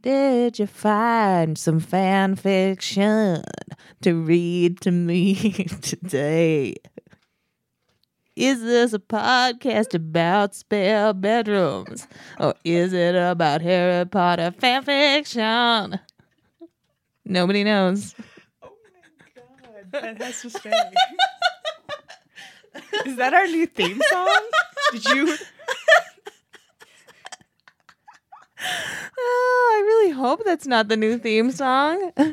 Did you find some fan fiction to read to me today? Is this a podcast about spare bedrooms? Or is it about Harry Potter fan fiction? Nobody knows. That has to stay. Is that our new theme song? Did you? Oh, I really hope that's not the new theme song. You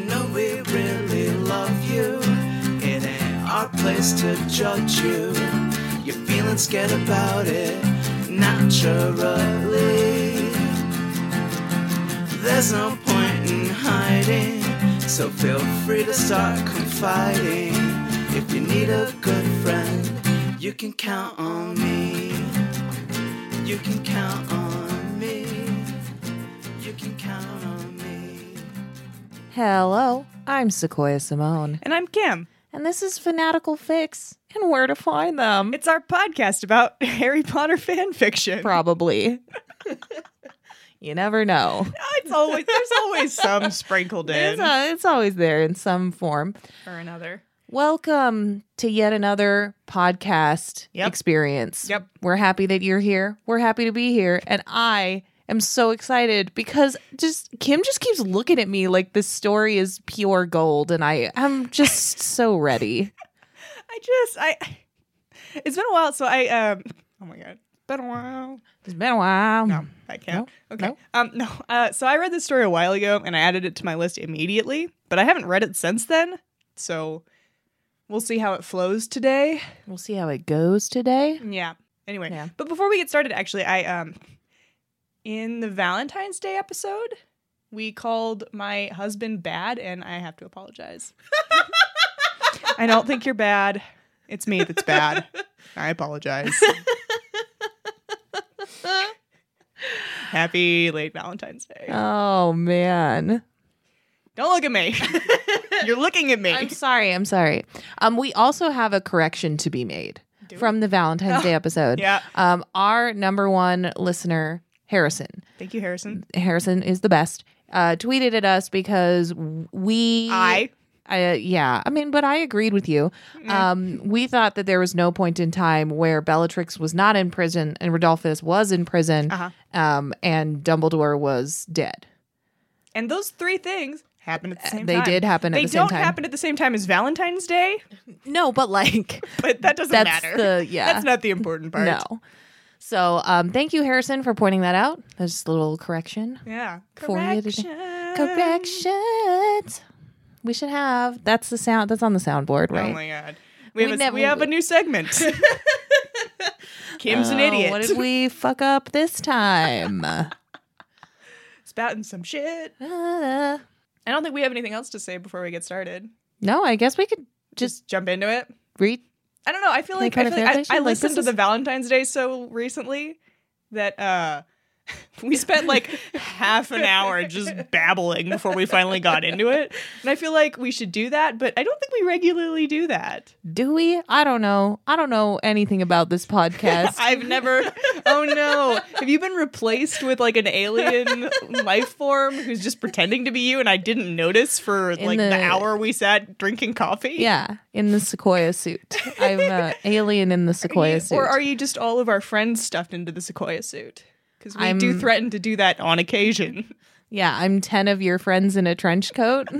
know we really love you. It ain't our place to judge you. You're feeling scared about it naturally. There's no point in hiding, so feel free to start confiding. If you need a good friend, you can count on me. You can count on me. You can count on me. Hello, I'm Sequoia Simone, And I'm Kim. and this is Fanatical Fix and where to find them. It's our podcast about Harry Potter fan fiction. Probably. you never know. It's always there's always some sprinkled It's, in uh, it's always there in some form. or another. Welcome to yet another podcast Yep. experience. Yep. We're happy that you're here. We're happy to be here. And I am so excited because just Kim just keeps looking at me like this story is pure gold and I I'm just so ready. I just I. It's been a while, so I um. Oh my god, been a while. It's been a while. No, I can't. okay. no. Um, no. Uh, so I read this story a while ago, and I added it to my list immediately, but I haven't read it since then. So we'll see how it flows today. We'll see how it goes today. Yeah. Anyway, Yeah. but before we get started, actually, I um, in the Valentine's Day episode, we called my husband bad, and I have to apologize. I don't think you're bad. It's me that's bad. I apologize. Uh. Happy late Valentine's Day. Oh man. Don't look at me. You're looking at me. I'm sorry. I'm sorry. Um, we also have a correction to be made Do from the Valentine's Day episode. Yeah. Um, our number one listener, Harrison. Thank you, Harrison. Harrison is the best. Uh, tweeted at us because we. I. Mm. I, uh, yeah, I mean, but I agreed with you. Um, we thought that there was no point in time where Bellatrix was not in prison and Rodolphus was in prison, Uh-huh. um, and Dumbledore was dead. And those three things happened at the same they time. did happen at They the same don't time. happen at the same time as Valentine's Day, No, but like but that doesn't that's matter. the yeah. That's not the important part. No. So um, thank you, Harrison, for pointing that out. That's just a little correction. Yeah. For you to- Correction. Corrections. We should have. That's the sound. That's on the soundboard, Oh right? my god. We We have, a, never- we have a new segment. Kim's an Oh, idiot. What did we fuck up this time? Spouting some shit. Uh, I don't think we have anything else to say before we get started. no, I guess we could just Just jump into it. read. I don't know. I feel Harry like I, Potter feel like fan I- fiction? I Like, listened this to the is- Valentine's Day so recently that uh we spent like half an hour just babbling before we finally got into it. And I feel like we should do that, but I don't think we regularly do that. Do we? I don't know. I don't know anything about this podcast. I've never Oh no. Have you been replaced with like an alien life form who's just pretending to be you and I didn't notice for In like the... the- hour we sat drinking coffee? yeah, in the sequoia suit. I'm an alien in the Are sequoia you- suit. Or are you just all of our friends stuffed into the sequoia suit? Because we do I'm- threaten to do that on occasion. yeah, I'm ten of your friends in a trench coat.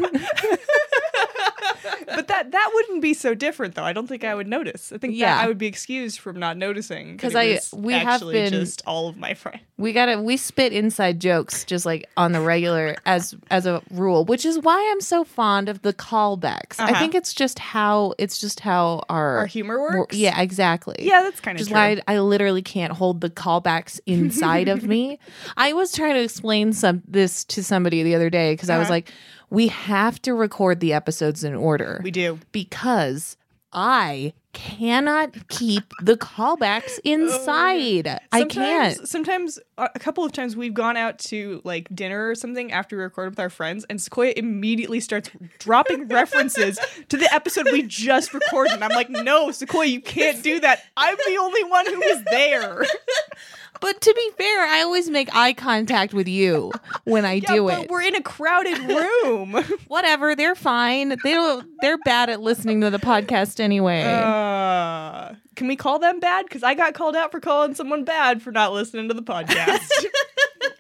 But that that wouldn't be so different, though. I don't think I would notice. I think Yeah. that I would be excused from not noticing. 'Cause Because I- we have actually been- just all of my friends. We gotta we spit inside jokes just like on the regular as as a rule, which is why I'm so fond of the callbacks. I Uh-huh. think it's just how it's just how our, Our humor wor- works. Yeah, exactly. yeah, that's kind of Just true. why I, I literally can't hold the callbacks inside of me. I was trying to explain some this to somebody the other day because I was Uh-huh. like, we have to record the episodes in order We do. because I cannot keep the callbacks inside. I can't. Oh, Sometimes- Sometimes a a couple of times we've gone out to like dinner or something after we record with our friends, and Sequoia immediately starts dropping references to the episode we just recorded. And I'm like, no, Sequoia, you can't do that. I'm the only one who was there. But to be fair, I always make eye contact with you when I do but it. we're in a crowded room. Whatever, they're fine. They don't, they're bad at listening to the podcast anyway. Uh, can we call them bad? Because I got called out for calling someone bad for not listening to the podcast.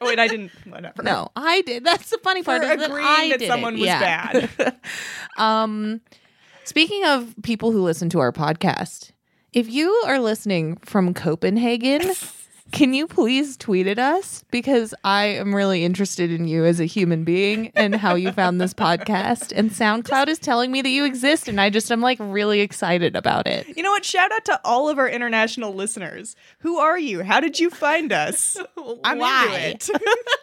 oh wait, I didn't. Whatever. no, I did. That's the funny For part. is that agreeing I that did it. someone was Yeah. bad. Um, speaking of people who listen to our podcast, if you are listening from Copenhagen, can you please tweet at us? Because I am really interested in you as a human being and how you found this podcast. And SoundCloud is telling me that you exist, and I just am like really excited about it. You know what? Shout out to all of our international listeners. Who are you? How did you find us? I'm Why? into it.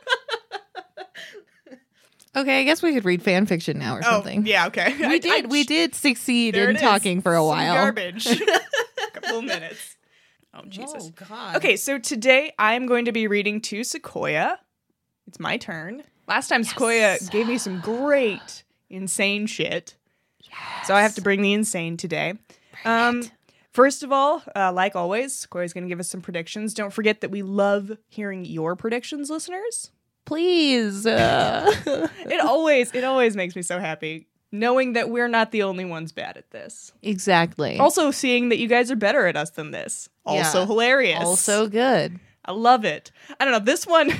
Okay, I guess we could read fan fiction now or oh, something. yeah, okay. We did. we did succeed in talking for a while. Garbage. couple minutes. Oh Jesus. Oh God. Okay, so today I'm going to be reading to Sequoia. It's my turn. Last time Sequoia gave me some great insane shit. So I have to bring the insane today. um, First of all, uh, like always, Sequoia's going to give us some predictions. Don't forget that we love hearing your predictions, listeners. please. uh, It always, it always makes me so happy knowing that we're not the only ones bad at this. exactly. Also, seeing that you guys are better at us than this. Also Yeah. hilarious. also good. I love it. I don't know. This one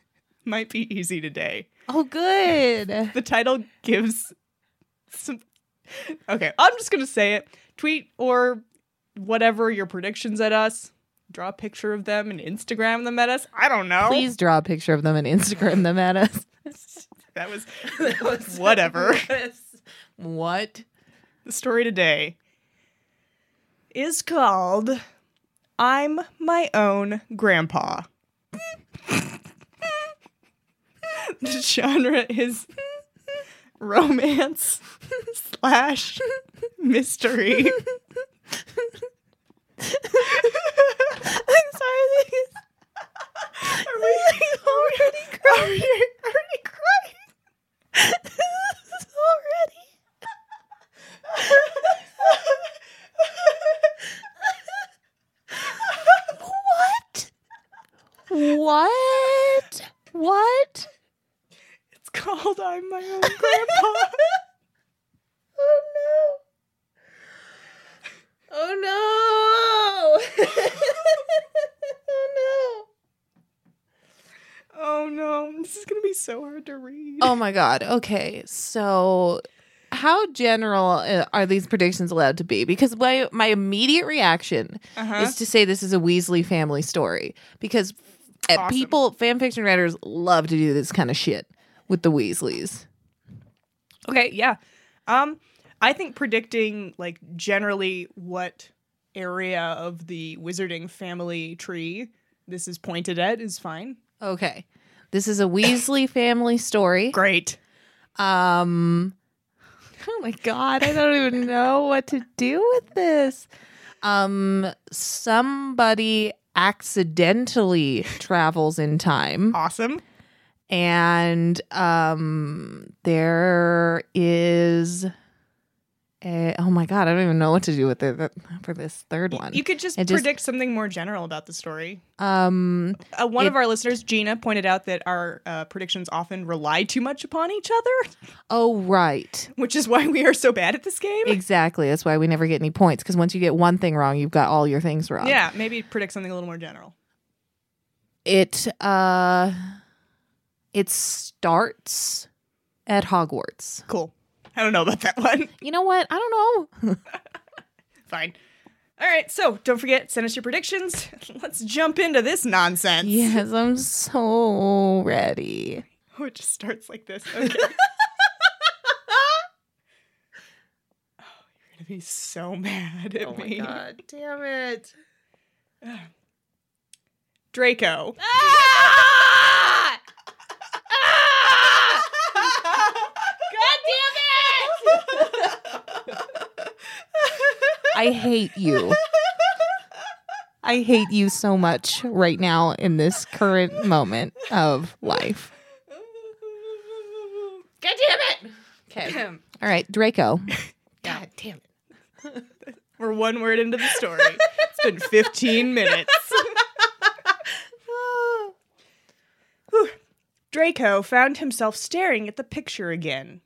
might be easy today. Oh, good. The title gives some. Okay, I'm just going to say it. Tweet or whatever your predictions at us. Draw a picture of them and Instagram them at us. I don't know. Please draw a picture of them and Instagram them at us. That was, whatever. What? The story today is called I'm My Own Grandpa. the genre is romance slash mystery. I'm sorry. Are we already crying? Are we already crying? already. What? What? What? It's called I'm My Own Grandpa. Oh no. Oh no. oh oh no, this is gonna be so hard to read. no. Oh my god. Okay. So how general uh, are these predictions allowed to be? Because my my immediate reaction Uh-huh. is to say this is a Weasley family story because uh, Awesome. people fan fiction writers love to do this kind of shit with the Weasleys. Okay, yeah. Um, I think predicting like generally what area of the wizarding family tree this is pointed at is fine. Okay. This is a Weasley family story. Great. Um Oh my god, I don't even know what to do with this. Um somebody accidentally travels in time Awesome. and um there is a oh my god, I don't even know what to do with it for this third one. You could just It just- predict something more general about the story. Um Uh, one of It- our listeners, Gina, pointed out that our uh, predictions often rely too much upon each other, oh right. which is why we are so bad at this game. Exactly. That's why we never get any points cuz once you get one thing wrong, you've got all your things wrong. Yeah, maybe predict something a little more general. it uh it starts at Hogwarts. Cool. I don't know about that one. You know what? I don't know. Fine. All right, so don't forget, send us your predictions. Let's jump into this nonsense. yes, I'm so ready. Oh, it just starts like this. Okay. oh, you're gonna be so mad at me. Oh damn it. Draco. Ah! Ah! God damn it! I hate you. I hate you so much right now in this current moment of life. God damn it! Okay. All right, Draco. God damn it. We're one word into the story. it's been 15 minutes. Draco found himself staring at the picture again.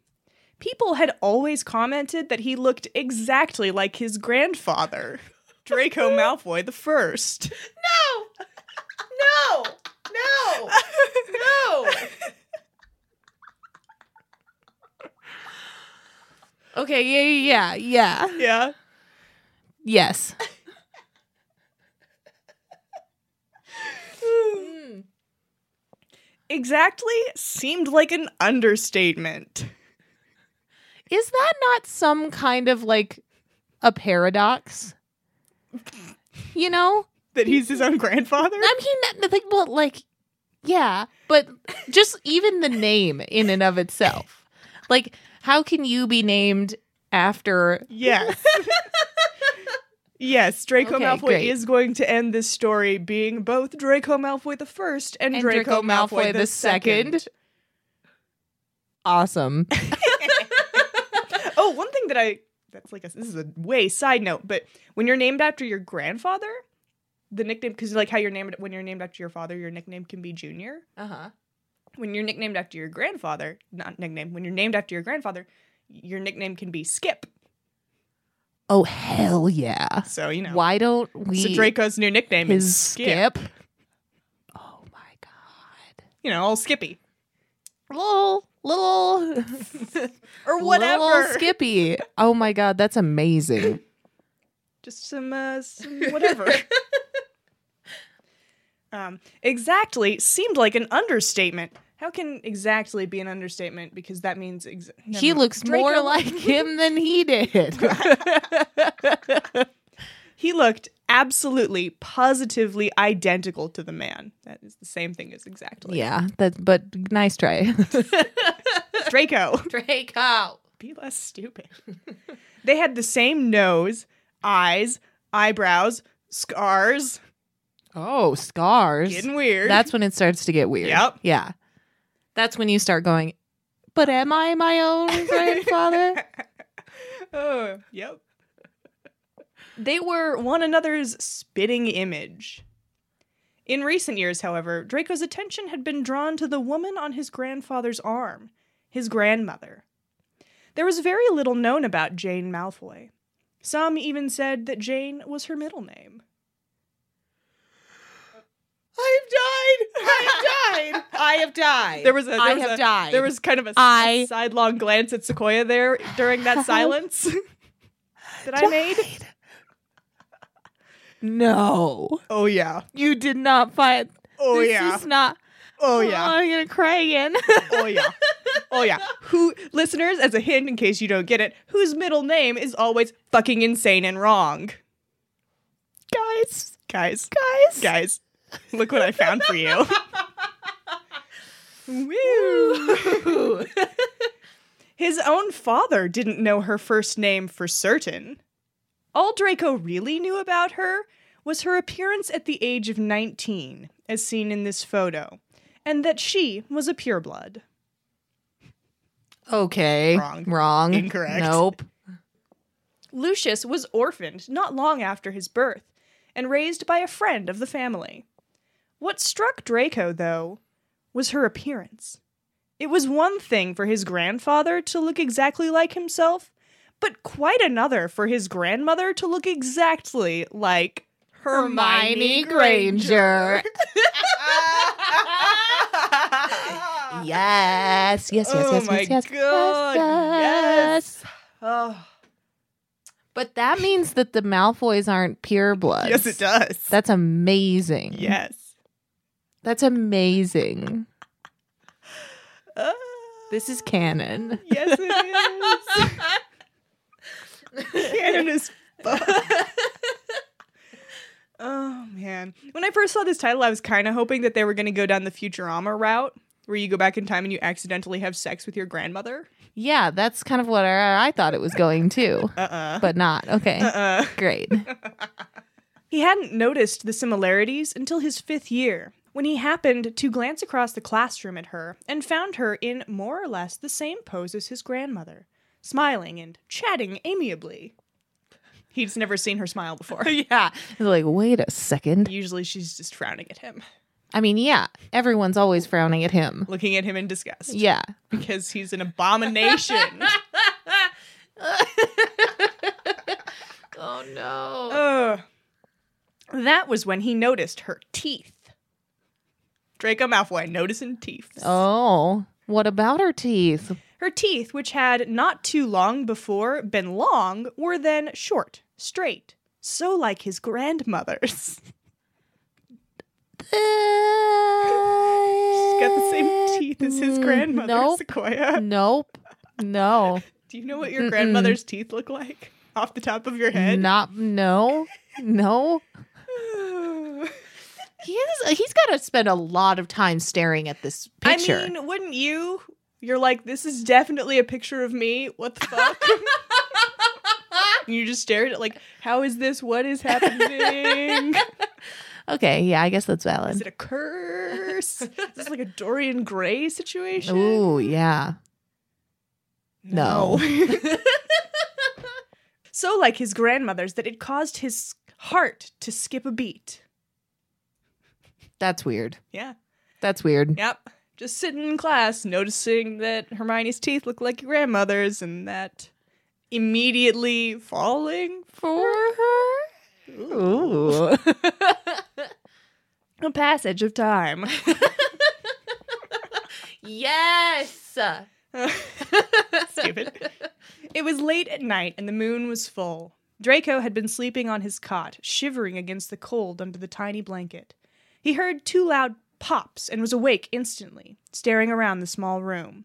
People had always commented that he looked exactly like his grandfather, Draco Malfoy the First. No! No! No! No! Okay, yeah, yeah, yeah, yeah. Yeah. Yes. Hmm. Exactly seemed like an understatement. Is that not some kind of like a paradox? You know? That he's his own grandfather? I mean, that- like, well, like, yeah, but just even the name in and of itself. Like, how can you be named after? Yes. yes, Draco Okay, Malfoy great. is going to end this story being both Draco Malfoy the first and, Draco, Malfoy, the second. Awesome. Oh, one thing that I that's like a, this is a way side note, but when you're named after your grandfather, the nickname because like how you're named when you're named after your father, your nickname can be Junior. Uh huh. When you're nicknamed after your grandfather, not nickname. When you're named after your grandfather, your nickname can be Skip. Oh hell yeah! So you know. Why don't we? So Draco's new nickname his is Skip. skip. Oh my god! You know, old Skippy Little little or whatever. Little Skippy. Oh my god, that's amazing. just some, uh, some whatever. um, exactly seemed like an understatement. How can exactly be an understatement? Because that means ex- he never- looks more Draco- like him than he did. he looked absolutely, positively identical to the man. That is the same thing as exactly. yeah, that. But nice try, Draco, Draco. be less stupid. they had the same nose, eyes, eyebrows, scars. Oh, scars. Getting weird. That's when it starts to get weird. Yep. Yeah. That's when you start going. But am I my own grandfather? oh, yep. They were one another's spitting image. In recent years, however, Draco's attention had been drawn to the woman on his grandfather's arm, his grandmother. There was very little known about Jane Malfoy. Some even said that Jane was her middle name. I've died! I've died! I have died. There was a there I was have a- died. There was kind of a, I- sidelong glance at Sequoia there during that have silence that I made. No, Oh yeah. you did not fight. Oh this yeah. is not. oh yeah. I'm gonna cry again. Oh yeah. Oh yeah. Who listeners, as a hint in case you don't get it, whose middle name is always fucking insane and wrong. guys, Guys. guys, Guys. Look what I found for you. Woo. Ooh. His own father didn't know her first name for certain. All Draco really knew about her was her appearance at the age of 19, as seen in this photo, and that she was a pureblood. okay, Wrong. wrong, Incorrect. Nope. Lucius was orphaned not long after his birth and raised by a friend of the family. What struck Draco, though, was her appearance. It was one thing for his grandfather to look exactly like himself, but quite another for his grandmother to look exactly like Hermione Granger. yes, yes, yes, yes, Oh yes, my yes, yes, God, yes. Oh, But that means that the Malfoys aren't purebloods. yes, it does. That's amazing. yes. that's amazing. Ah. This is canon. Yes, it is. Canon is fuck. oh man! When I first saw this title, I was kind of hoping that they were going to go down the Futurama route, where you go back in time and you accidentally have sex with your grandmother. Yeah, that's kind of what I, I thought it was going to, Uh uh but not. Okay, Uh uh. great. He hadn't noticed the similarities until his fifth year, when he happened to glance across the classroom at her and found her in more or less the same pose as his grandmother, smiling and chatting amiably. He's never seen her smile before. yeah, like wait a second. Usually she's just frowning at him. I mean, yeah, everyone's always frowning at him. looking at him in disgust Yeah. because he's an abomination. oh no. Ugh. That was when he noticed her teeth. Draco Malfoy noticing teeth. Oh, what about her teeth? Her teeth, which had not too long before been long, were then short, straight, so like his grandmother's. She's got the same teeth as his grandmother, Mm, Nope. Sequoia. Nope. No. Do you know what your grandmother's teeth look like off the top of your head? Not no. No. He is, he's got to spend a lot of time staring at this picture. I mean, wouldn't you? You're like, this is definitely a picture of me. What the fuck? and you just stare at it like, how is this? What is happening? okay, yeah, I guess that's is it valid. a curse? Is this like a Dorian Gray situation? Ooh, yeah. No. so like his grandmother's that it caused his heart to skip a beat. That's weird. Yeah. That's weird. Yep. Just sitting in class, noticing that Hermione's teeth look like your grandmother's, and that immediately falling for her. Ooh. A passage of time. yes. Stupid. It was late at night, and the moon was full. Draco had been sleeping on his cot, shivering against the cold under the tiny blanket. He heard two loud pops and was awake instantly, staring around the small room.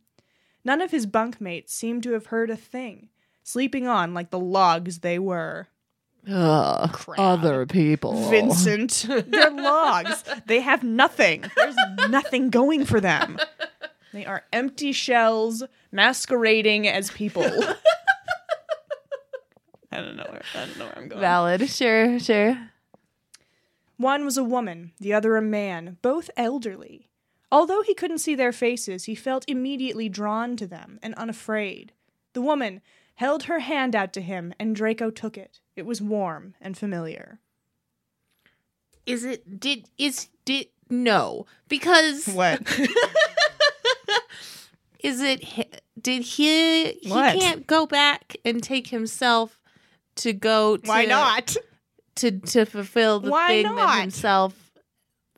None of his bunkmates seemed to have heard a thing, sleeping on like the logs they were. Ugh, other people. Vincent, they're logs. They have nothing. There's nothing going for them. They are empty shells masquerading as people. I don't know where I don't know where I'm going. Valid. Sure, sure. One was a woman, the other a man, both elderly. Although he couldn't see their faces, he felt immediately drawn to them and unafraid. The woman held her hand out to him, and Draco took it. It was warm and familiar. Is it did is did no because What? is it hi- did he he What? can't go back and take himself to go to Why not? to to fulfill the Why thing not? that himself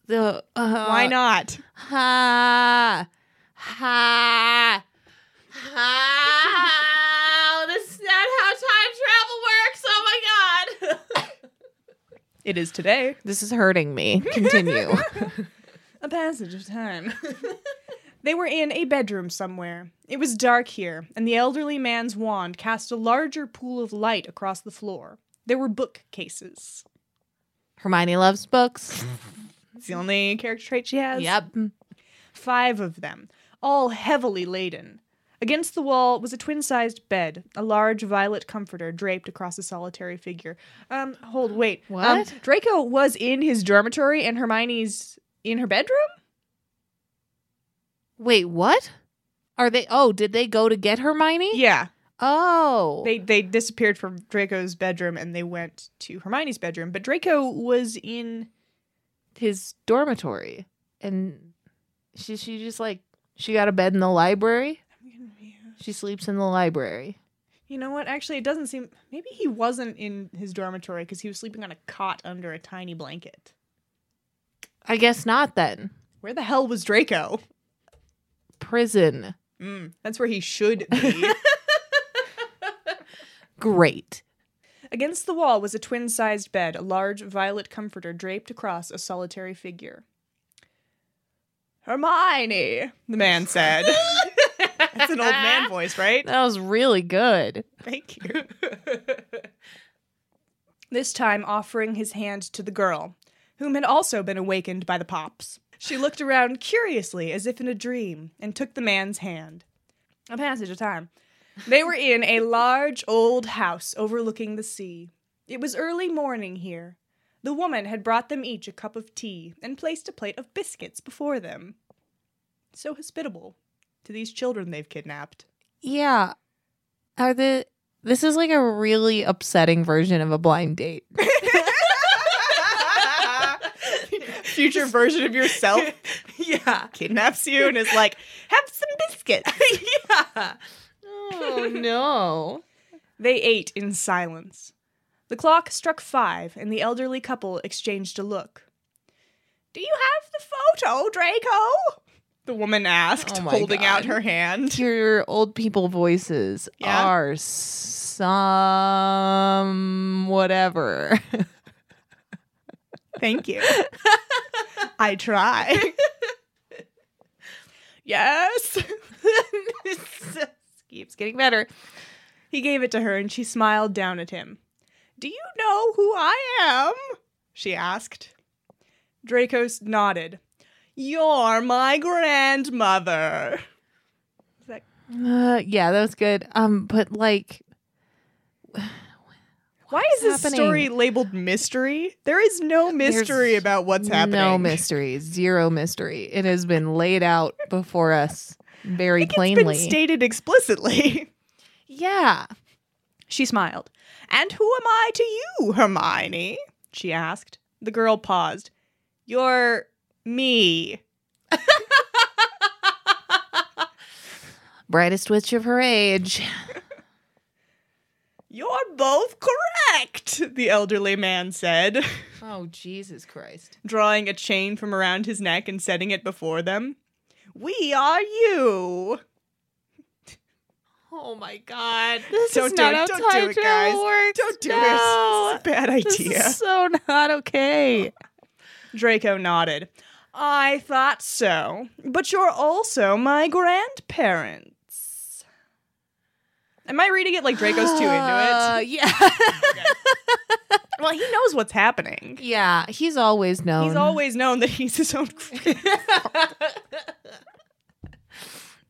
the uh, Why not? ha ha ha this is not how time travel works oh my god It is today. this is hurting me continue A passage of time. they were in a bedroom somewhere. It was dark here, and the elderly man's wand cast a larger pool of light across the floor. There were bookcases. Hermione loves books It's the only character trait she has. yep Five of them, all heavily laden. Against the wall was a twin sized bed, a large violet comforter draped across a solitary figure. Um, hold, wait. Um, What? Draco was in his dormitory and Hermione's in her bedroom? Wait, what? Are they? Oh, did they go to get Hermione? Yeah. Oh, They they disappeared from Draco's bedroom and they went to Hermione's bedroom, but Draco was in his dormitory, and she she just like she got a bed in the library. She sleeps in the library. you know what? Actually, it doesn't seem. Maybe he wasn't in his dormitory because he was sleeping on a cot under a tiny blanket. I guess not then. Where the hell was Draco? Prison. Mm, that's where he should be. Great. Against the wall was a twin sized bed, a large violet comforter draped across a solitary figure. Hermione, the man said. that's an old man voice, right? That was really good. Thank you. this time offering his hand to the girl, whom had also been awakened by the pops. She looked around curiously as if in a dream and took the man's hand. A passage of time. They were in a large old house overlooking the sea. It was early morning here. The woman had brought them each a cup of tea and placed a plate of biscuits before them. So hospitable to these children they've kidnapped. Yeah. Are the this is like a really upsetting version of a blind date. future version of yourself yeah. kidnaps you and is like, have some biscuits. yeah. Oh no. They ate in silence. The clock struck five, and the elderly couple exchanged a look. Do you have the photo, Draco? The woman asked, Oh my holding out God. her hand. Your old people voices Yeah. are some whatever. Thank you. I try. yes. This keeps getting better. He gave it to her, and she smiled down at him. Do you know who I am? she asked. Dracos nodded. You're my grandmother. Uh, yeah, that was good. Um, but like, Why is is this story happening? labeled mystery? There is no mystery There's about what's happening. no mystery, zero mystery. It has been laid out before us very It's been plainly. stated explicitly. yeah. She smiled. And who am I to you, Hermione? She asked. The girl paused. You're me. Brightest witch of her age. You're both correct, the elderly man said, Oh, Jesus Christ. drawing a chain from around his neck and setting it before them. We are you. Oh my God. This Don't is do not it. how Don't do time it, travel guys. works. Don't do No. this. This is a bad This idea. is so not okay. Draco nodded. I thought so. But you're also my grandparents. Am I reading it like Draco's too into Uh, yeah. it? Well, he knows what's happening. yeah. He's always known. He's always known that he's his own.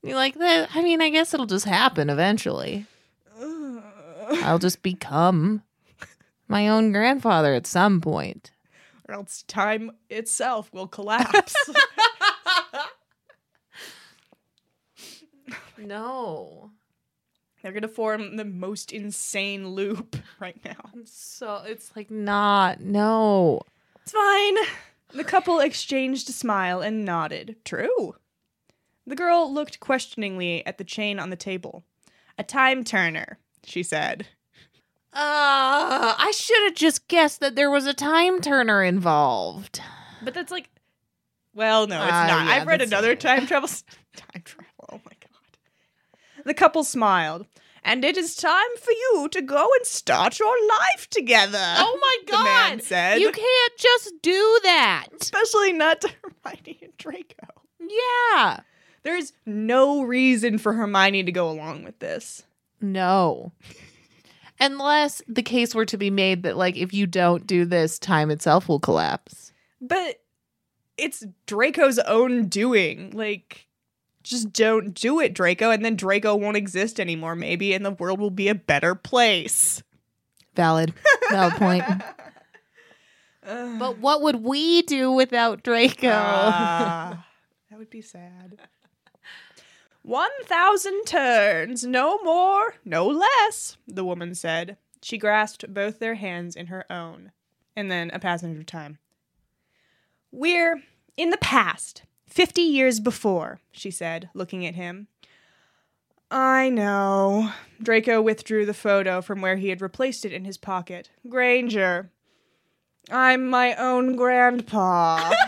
You're like, "That- I mean, I guess it'll just happen eventually. or I'll just become my own grandfather at some point. else time itself will collapse. No. They're going to form the most insane loop right now. So it's like not no. It's fine. The couple exchanged a smile and nodded. True. The girl looked questioningly at the chain on the table. A time turner, she said. Uh, I should have just guessed that there was a time turner involved. But that's like, well, no, it's Ah, not. yeah, I've read that's- another time travel. s- Time travel. Oh my god. The couple smiled, and it is time for you to go and start your life together. Oh my the man said, You can't just do that. especially not to Hermione and Draco. Yeah. There's no reason for Hermione to go along with this. No. Unless the case were to be made that like if you don't do this, time itself will collapse. But it's Draco's own doing. Like, just don't do it, Draco, and then Draco won't exist anymore, maybe, and the world will be a better place. Valid. Valid point. but But what would we do without Draco? Uh. that would be sad. 1,000 turns, no more, no less, the woman said. She grasped both their hands in her own, and then a passage of time. We're in the past, 50 years before, she said, looking at him. I know. Draco withdrew the photo from where he had replaced it in his pocket. Granger. I'm my own grandpa.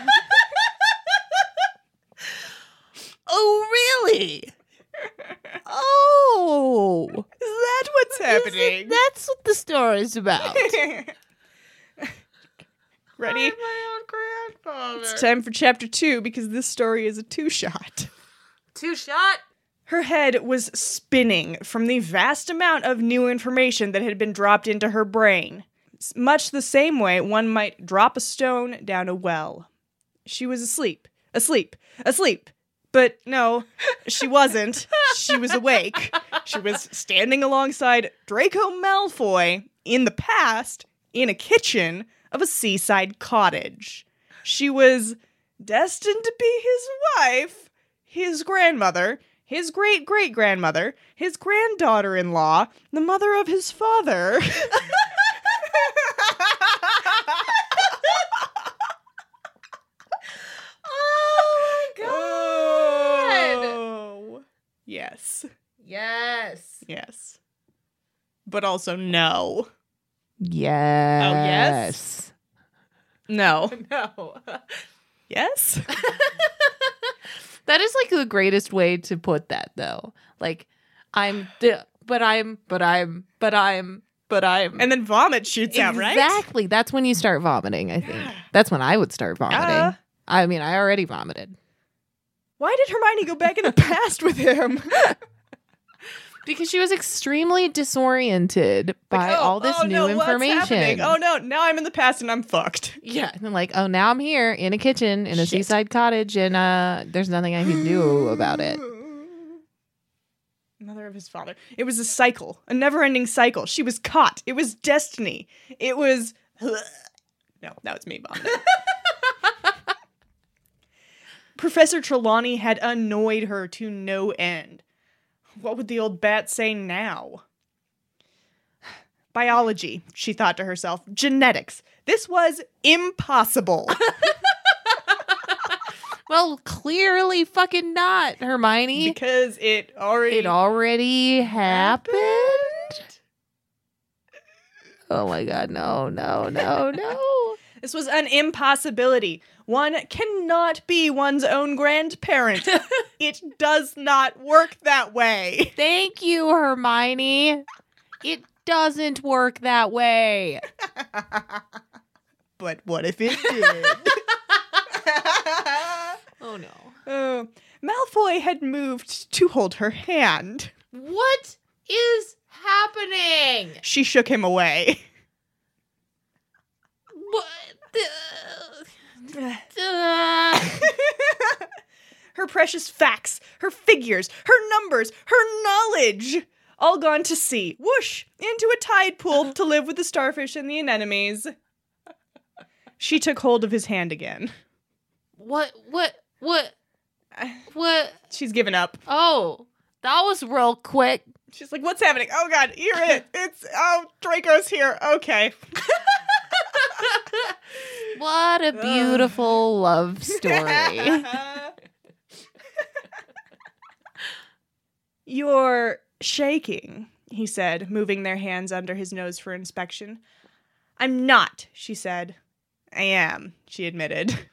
oh really? oh. Is that what's happening? Isn't- That's what the story's about. Ready? my own grandfather. It's time for chapter two because this story is a two shot. two shot. Her head was spinning from the vast amount of new information that had been dropped into her brain, S- much the same way one might drop a stone down a well. She was asleep, asleep, asleep. But no, she wasn't. she was awake. She was standing alongside Draco Malfoy in the past in a kitchen of a seaside cottage. She was destined to be his wife, his grandmother, his great great grandmother, his granddaughter in law, the mother of his father. Oh. Yes. Yes. Yes. But also no. Oh, Yes. No. No. Yes. That is like the greatest way to put that though. Like I'm d- but I'm but I'm but I'm but I'm And then vomit shoots out, right? Exactly. That's when you start vomiting, I think. Yeah. Uh-huh. That's when I would start vomiting. Yeah. I mean, I already vomited. Why did Hermione go back in the past with him? Because she was extremely disoriented by Like, oh, all this oh, new no, what's happening? information. oh no, now I'm in the past and I'm fucked. Yeah, and like, oh, now I'm here in a kitchen in a Shit. seaside cottage, and uh, there's nothing I can do about it. Mother of his father. It was a cycle, a never-ending cycle. She was caught. It was destiny. It was. No, that was me, vomiting. Professor Trelawney had annoyed her to no end. What would the old bat say now? Biology, she thought to herself. Genetics. This was impossible. Well, clearly, fucking not, Hermione. because it already. it already happened. Oh my god, no, no, no, no. This was an impossibility. One cannot be one's own grandparent. it does not work that way. Thank you, Hermione. It doesn't work that way. But what if it did? Oh no. Uh, Malfoy had moved to hold her hand. What is happening? She shook him away. What? the- the- her precious facts, her figures, her numbers, her knowledge, all gone to sea, whoosh, into a tide pool to live with the starfish and the anemones. She took hold of his hand again. what? What? What? What? She's given up. Oh, that was real quick. She's like, "What's happening? Oh God, you're it. It's oh Draco's here. Okay, What a beautiful love story. You're shaking," he said, moving their hands under his nose for inspection. "I'm not," she said. "I am," she admitted.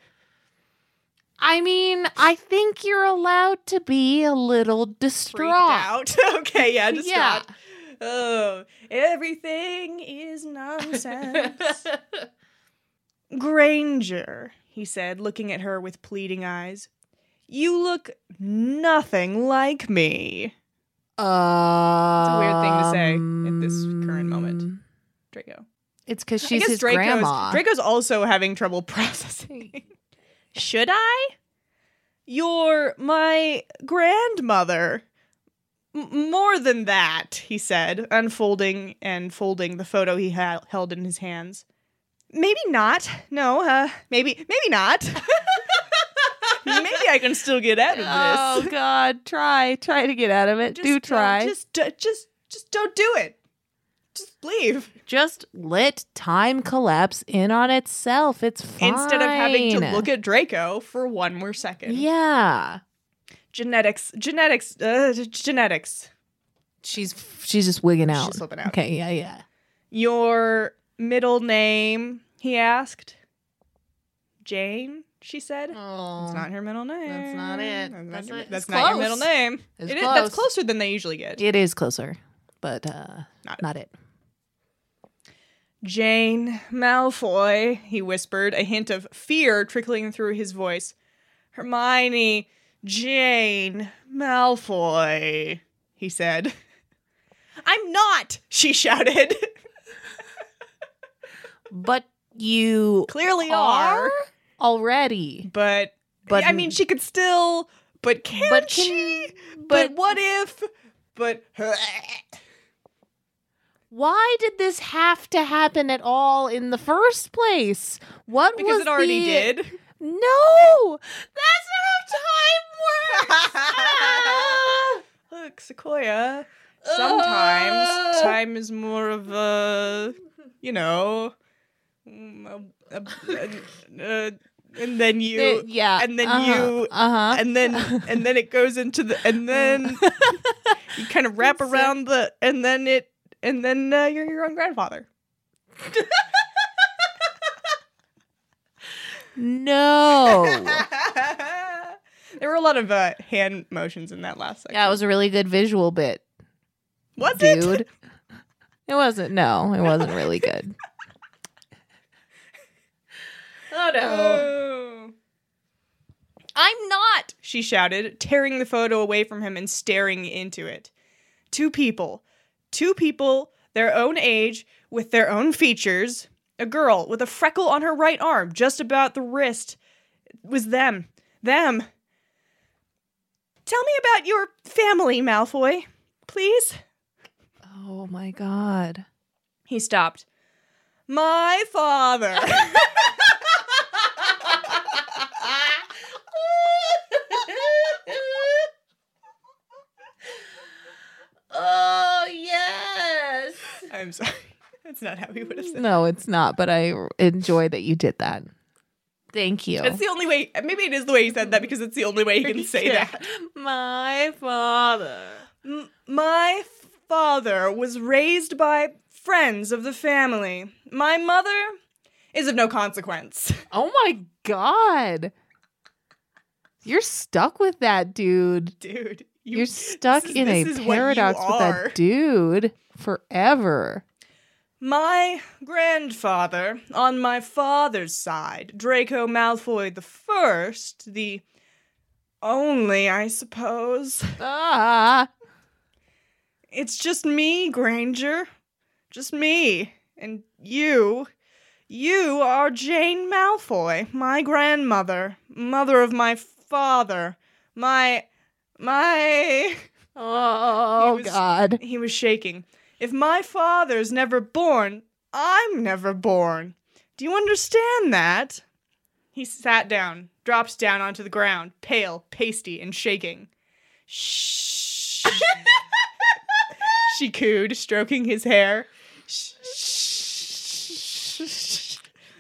I mean, I think you're allowed to be a little Freaked distraught. out. okay, yeah, distraught. Yeah. Oh, everything is nonsense. Granger, he said, looking at her with pleading eyes. You look nothing like me. weird thing to say at this current moment. Um, Draco. It's because I she's guess his Draco's, grandma. Draco's also having trouble processing. Should I? You're my grandmother. M- more than that, he said, unfolding and folding the photo he ha- held in his hands. Maybe not. No, uh, maybe, maybe not. maybe I can still get out of this. oh God! Try, try to get out of it. Just Do don't- try. Just, just, d- just, just don't do it. Just leave. let time collapse in on itself. It's fine. Instead of having to look at Draco for one more second. Yeah, Genetics, genetics, uh, g- genetics. she's she's just wigging out. She's slipping out. Okay, yeah, yeah. Your middle name? He asked. Jane, she said. Oh, That's not her middle name. That's not it. That's, That's not, your, it. that's It's not your close. middle name. It's It is- that's close. closer than they usually get. It is closer, but uh, Not it. not it. Jane Malfoy, he whispered, a hint of fear trickling through his voice. Hermione, Jane Malfoy, he said. I'm not, she shouted. But you Clearly are, are. already. But, But- I mean, she could still, but can But can- she? but- but what if? But Why did this have to happen at all in the first place? What because was it already the- did. No, that's not how time works. Ah! Look, Sequoia. Sometimes Ugh. time is more of a, you know, mm, a, a, a, a, and then you It- yeah. and then uh-huh, you Uh huh. and then and then it goes into the and then you kind of wrap around the and then it and then uh, you're your own grandfather. No. there were a lot of uh, hand motions in that last section. Yeah, it was a really good visual bit, was dude. it? It wasn't. No, it wasn't really good. Oh no. Oh. I'm not. She shouted, tearing the photo away from him and staring into it. Two people. Two people, their own age, with their own features. A girl with a freckle on her right arm, just about the wrist. It was them. Them. Tell me about your family, Malfoy, please. Oh my god. He stopped. My father. oh yes. I'm sorry. That's not how he would have said No, it's not. But I enjoy that you did that. Thank you. That's the only way. Maybe it is the way he said that because it's the only way he can say that. My father. M- my father was raised by friends of the family. My mother is of no consequence. Oh my god. You're stuck with that dude. Dude, you, You, are stuck this is- in a this is what you paradox with are. that dude forever. My grandfather, on my father's side, Draco Malfoy the First, the only, I suppose. Ah. It's just me, Granger. Just me. And you. You are Jane Malfoy, my grandmother, mother of my father, my. my. Oh He was- god. He was shaking. If my father's never born, I'm never born. Do you understand that? He sat down, dropped down onto the ground, pale, pasty, and shaking. Shh. she cooed, stroking his hair. Shh.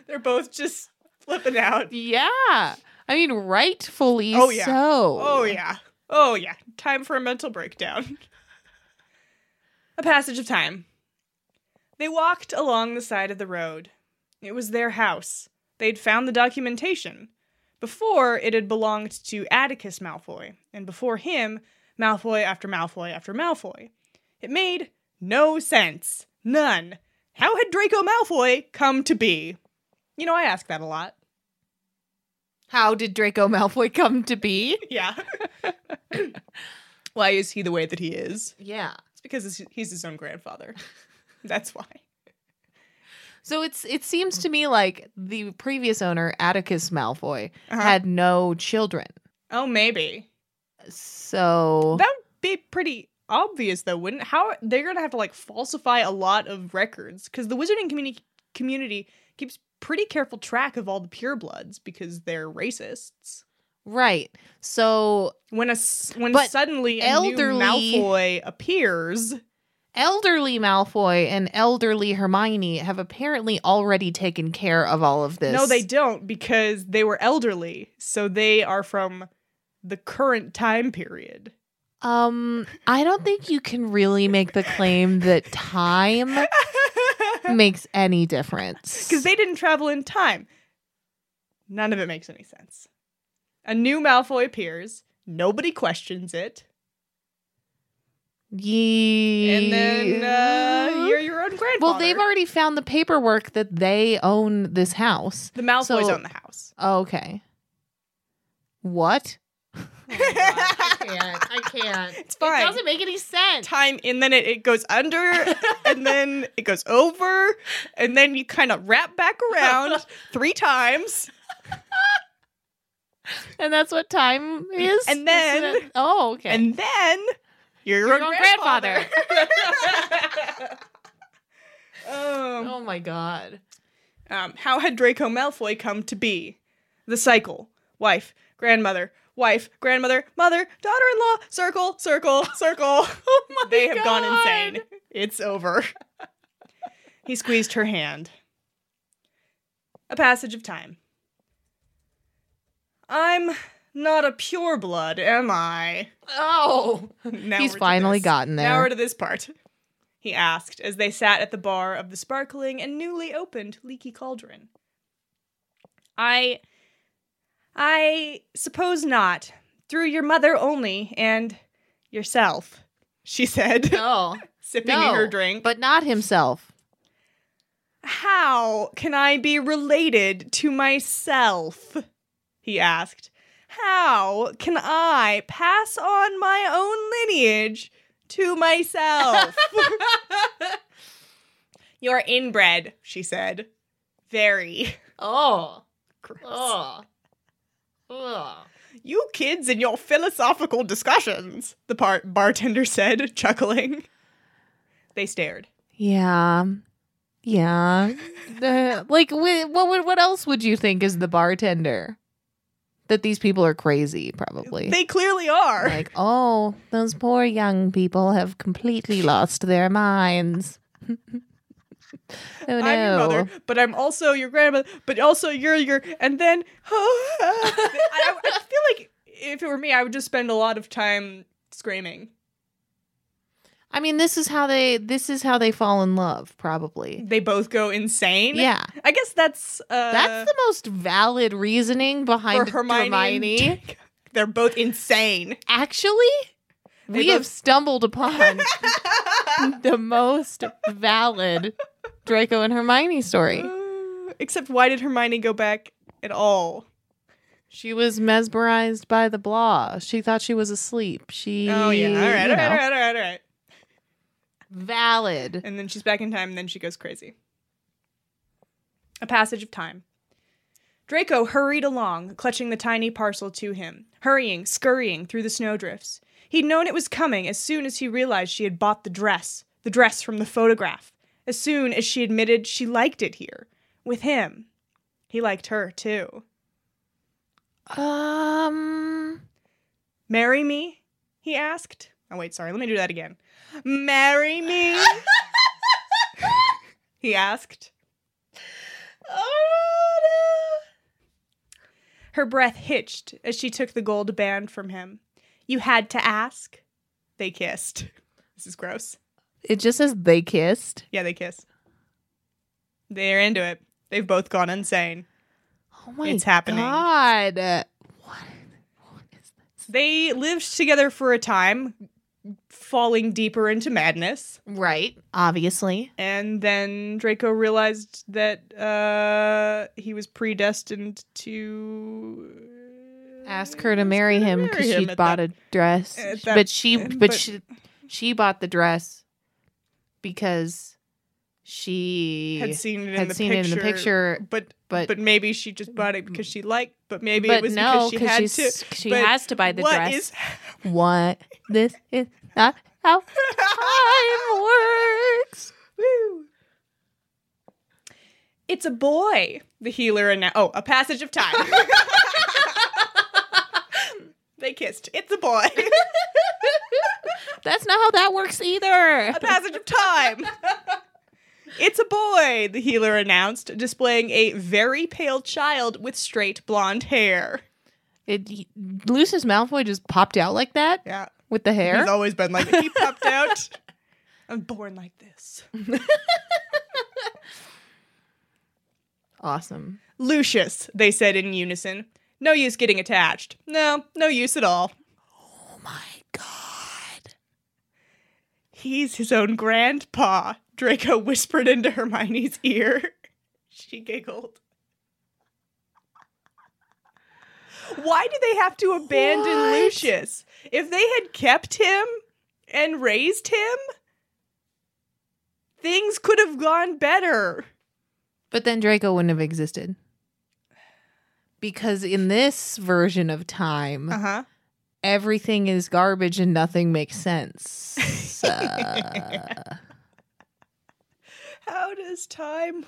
They're both just flipping out. Yeah. I mean rightfully Oh, yeah. so. Oh, yeah. Oh, yeah. Time for a mental breakdown. a passage of time. They walked along the side of the road. It was their house. They'd found the documentation. Before, it had belonged to Atticus Malfoy, and before him, Malfoy after Malfoy after Malfoy. It made no sense. None. How had Draco Malfoy come to be? You know, I ask that a lot. How did Draco Malfoy come to be? Yeah. why is he the way that he is? Yeah. It's because he's- he's his own grandfather. That's why. So it's it seems to me like the previous owner Atticus Malfoy Uh-huh. had no children. Oh, maybe. So That would be pretty obvious, though, wouldn't? How they're gonna have to like falsify a lot of records because the wizarding communi- community keeps pretty careful track of all the purebloods because they're racists. right. So When a s- when But suddenly a elderly- new Malfoy appears, elderly Malfoy and elderly Hermione have apparently already taken care of all of this. No, they don't because they were elderly, so they are from the current time period. Um, I don't think you can really make the claim that time Because makes any difference. they didn't travel in time. None of it makes any sense. A new Malfoy appears. Nobody questions it. Ye- And then uh, you're your own grandfather. well, they've already found the paperwork that they own this house. The Malfoys so- own the house. Okay. What? I can't. I can't. It's fine. Oh It doesn't make any sense. time and then it, it goes under and then it goes over and then you kind of wrap back around three times And that's what time is. And That's then- what- oh, okay. and then you're your Your own own grandfather, um, oh my god. um, how had draco malfoy come to be the cycle wife grandmother wife grandmother mother daughter-in-law circle circle circle Oh my they have gone insane it's over he squeezed her hand a passage of time I'm not a pureblood, am I? Oh. Now He's we're to finally this. gotten there. Now we're to this part. He asked as they sat at the bar of the sparkling and newly opened Leaky Cauldron. I. I suppose not. Through your mother only and yourself, she said, Oh. sipping no, her drink. but not himself. How can I be related to myself? He asked. How can I pass on my own lineage to myself? You're inbred, she said. Very Oh. gross. Oh. Oh. You kids and your philosophical discussions, the par- bartender said, chuckling. They stared. Yeah. Yeah. The- like, wh- what would, what else would you think is the bartender? That these people are crazy, probably. They clearly are. like, oh, those poor young people have completely lost their minds. oh no! I'm your mother, but I'm also your grandmother, but also you're your. And then, I, I feel like if it were me, I would just spend a lot of time screaming. I mean, this is how they this is how they fall in love, probably. They both go insane. Yeah, I guess that's uh, that's the most valid reasoning for behind Hermione. Hermione. and Jacob. They're both insane. Actually, They we both- have stumbled upon the most valid Draco and Hermione story. Uh, Except, why did Hermione go back at all? She was mesmerized by the blah. She thought she was asleep. She Oh yeah, all you right, all right, know, all right, all right, all right. valid. And then she's back in time, and then she goes crazy. A passage of time. Draco hurried along, clutching the tiny parcel to him, hurrying, scurrying through the snowdrifts. He'd known it was coming as soon as he realized she had bought the dress, the dress from the photograph. As soon as she admitted she liked it here, with him. He liked her, too. Um, Marry me? He asked. Oh, wait, sorry, let me do that again. Marry me? he asked. Oh, Her breath hitched as she took the gold band from him. You had to ask. They kissed. This is gross. it just says they kissed. Yeah, they kiss. They're into it. They've both gone insane. Oh my It's happening. God. What? What is this? They lived together for a time, falling deeper into madness. Right, obviously. And then Draco realized that uh, he was predestined to Ask her to marry him because marry she him at bought that- a dress. at that- but she, and- but, but- she, she bought the dress because she had seen it in, had the, seen picture, it in the picture. but But but maybe she just bought it because she liked. But maybe it but was no, because she had to. she's- she but has to buy the What dress. is- what? This is not how time works. Woo. It's a boy. The healer and oh, a passage of time. they kissed. It's a boy. That's not how that works either. a passage of time. It's a boy, the healer announced, displaying a very pale child with straight blonde hair. It, he- Lucius Malfoy just popped out like that Yeah. with the hair. He's always been like he popped out. I'm born like this. awesome. Lucius, they said in unison. No use getting attached. No, no use at all. Oh my god. He's his own grandpa, Draco whispered into Hermione's ear. She giggled. Why do they have to abandon What? Lucius? If they had kept him and raised him, things could have gone better. But then Draco wouldn't have existed. Because in this version of time, huh. everything is garbage and nothing makes sense. Uh, How does time?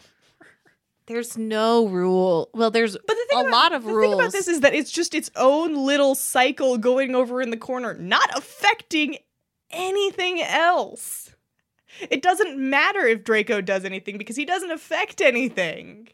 there's no rule. Well, there's But the thing A about, lot of the thing about rules. this is that it's just its own little cycle going over in the corner, not affecting anything else. It doesn't matter if Draco does anything because he doesn't affect anything.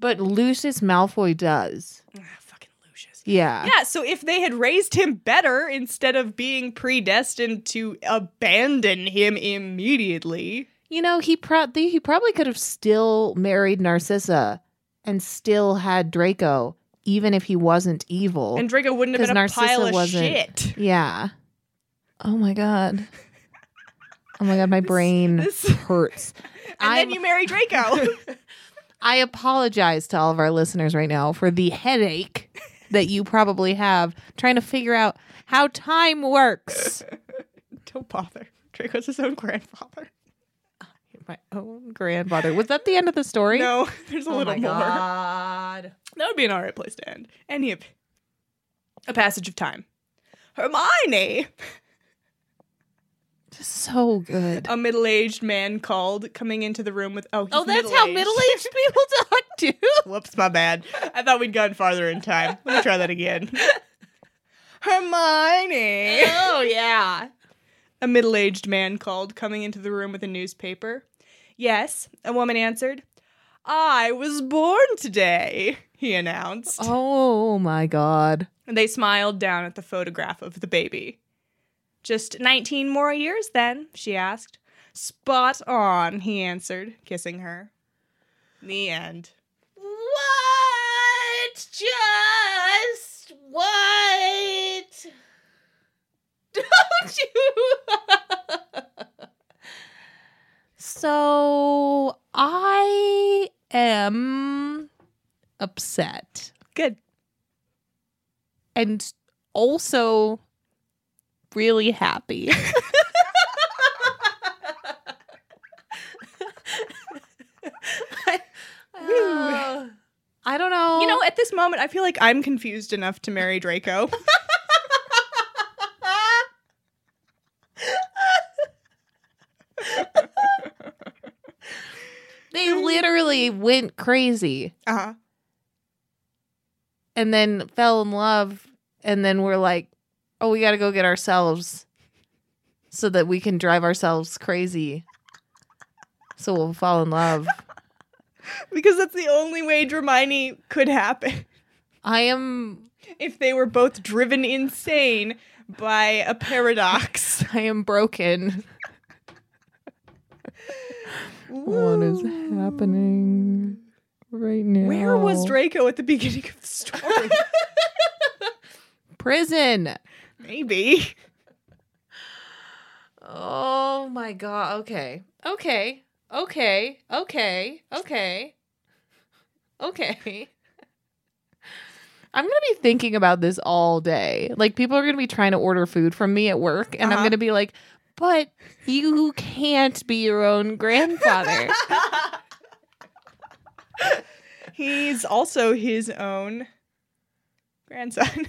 but Lucius Malfoy does. Ah, fucking Lucius. Yeah. Yeah, so if they had raised him better instead of being predestined to abandon him immediately. You know, he pro- the- he probably could have still married Narcissa and still had Draco, even if he wasn't evil. And Draco wouldn't have been a 'Cause pile Narcissa of wasn't- shit. yeah. Oh my god. Oh my god, my brain this- hurts. And I'm- then you marry Draco. I apologize to all of our listeners right now for the headache that you probably have trying to figure out how time works. Don't bother. Draco's his own grandfather. My own grandfather. Was that the end of the story? No, there's a Oh little my more. God. That would be an alright place to end. Any of a passage of time. Hermione, Just so good. a middle-aged man called, coming into the room with oh, he's oh, that's how middle-aged. middle-aged people talk too. Whoops, my bad. I thought we'd gone farther in time. Let me try that again. Hermione, Oh yeah. a middle aged man called, coming into the room with a newspaper. Yes, a woman answered. I was born today, he announced. Oh my god. And they smiled down at the photograph of the baby. Just 19 more years then, she asked. Spot on, he answered, kissing her. The end. What? Just what? Don't you? So I am upset Good. and also really happy. Uh, I don't know. You know, at this moment, I feel like I'm confused enough to marry Draco. they literally went crazy Uh-huh. and then fell in love and then we're like, "Oh, we got to go get ourselves so that we can drive ourselves crazy." So we'll fall in love. Because that's the only way Dramini could happen. I am If they were both driven insane by a paradox. I am broken. What is happening right now? Where was Draco at the beginning of the story? Prison. Maybe. Oh my god. Okay. Okay. Okay. Okay. Okay. Okay. I'm going to be thinking about this all day. Like people are going to be trying to order food from me at work and I'm Uh-huh. going to be like, "But you can't be your own grandfather." He's also his own grandson.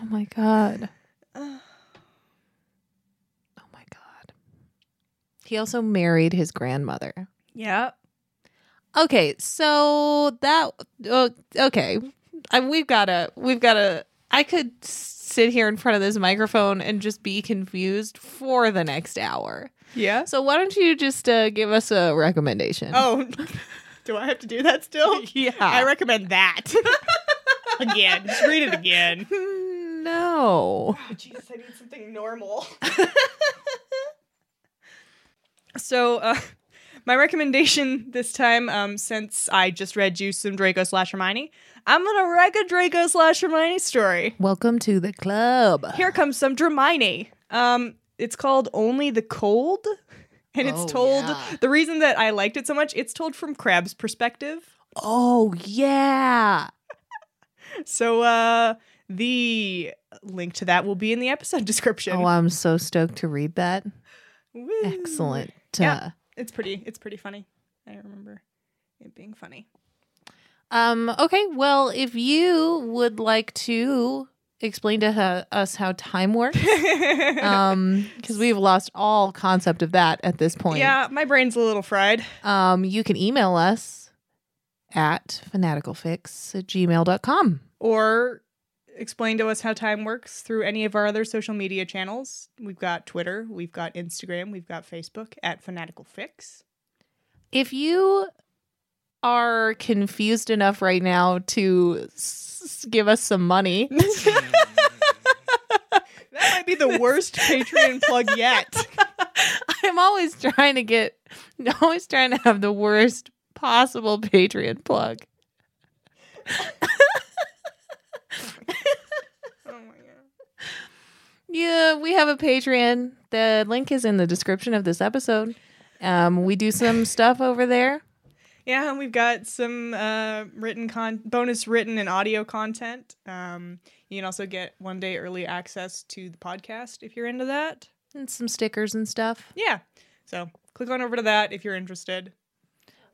oh my god. Oh my god. He also married his grandmother. yeah. Okay, so that oh, okay, I, we've gotta we've gotta. I could s- sit here in front of this microphone and just be confused for the next hour. Yeah. So why don't you just uh, give us a recommendation? Oh, do I have to do that still? yeah. I recommend that. again. Just read it again. no. Jesus, I need something normal. so, uh, my recommendation this time, um, since I just read you some Draco slash Hermione, I'm gonna wreck a Draco slash Hermione story. Welcome to the club. Here comes some Dramini. Um, it's called Only the Cold, and it's Oh, told. yeah. The reason that I liked it so much, it's told from Crab's perspective. Oh yeah. So, uh, the link to that will be in the episode description. Oh, I'm so stoked to read that. Woo. Excellent. Uh, Mm. Yeah. It's pretty. It's pretty funny. I remember it being funny. Um, okay, well, if you would like to explain to ha- us how time works, um, because we've lost all concept of that at this point, yeah, my brain's a little fried. um, you can email us at fanaticalfix at gmail.com. Or explain to us how time works through any of our other social media channels. We've got Twitter, we've got Instagram, we've got Facebook at Fanatical Fix. If you are confused enough right now to s- give us some money. That might be the worst Patreon plug yet. I'm always trying to get, always trying to have the worst possible Patreon plug. Oh my god. Yeah, we have a Patreon. The link is in the description of this episode. Um, we do some stuff over there. Yeah, and we've got some uh, written con- bonus written and audio content. Um, you can also get one day early access to the podcast if you're into that. and some stickers and stuff. Yeah. So click on over to that if you're interested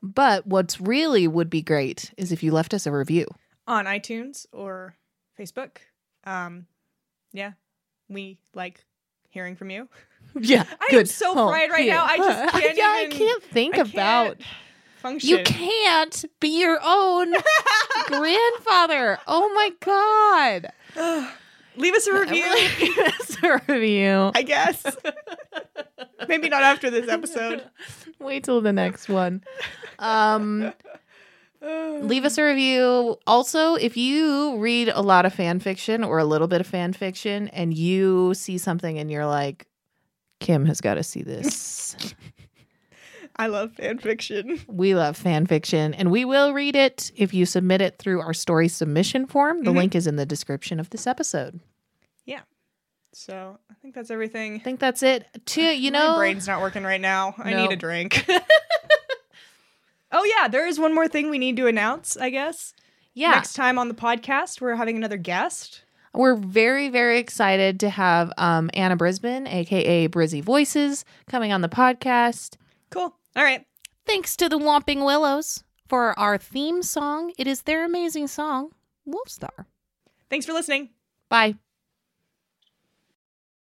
But what's really would be great is if you left us a review. on iTunes or Facebook. Um, yeah, we like hearing from you. Yeah, I am so fried right now, I just can't yeah, I even- can't think I can't about. function. You can't be your own grandfather. Oh my god! Ugh. Leave us a review, That's a review. I guess. Maybe not after this episode. Wait till the next one. Um, Ugh. leave us a review. Also, if you read a lot of fan fiction or a little bit of fan fiction, and you see something and you're like, Kim has got to see this. I love fan fiction. We love fan fiction and we will read it if you submit it through our story submission form. The Mhm. link is in the description of this episode. So I think that's everything. I think that's it. Two, you know, My brain's not working right now. I No. need a drink. oh yeah, there is one more thing we need to announce, I guess. yeah, Next time on the podcast, we're having another guest. we're very, very excited to have um, Anna Brisbane, aka Brizzy Voices, coming on the podcast. Cool. All right. Thanks to the Whomping Willows for our theme song. It is their amazing song, Wolfstar. Thanks for listening. Bye.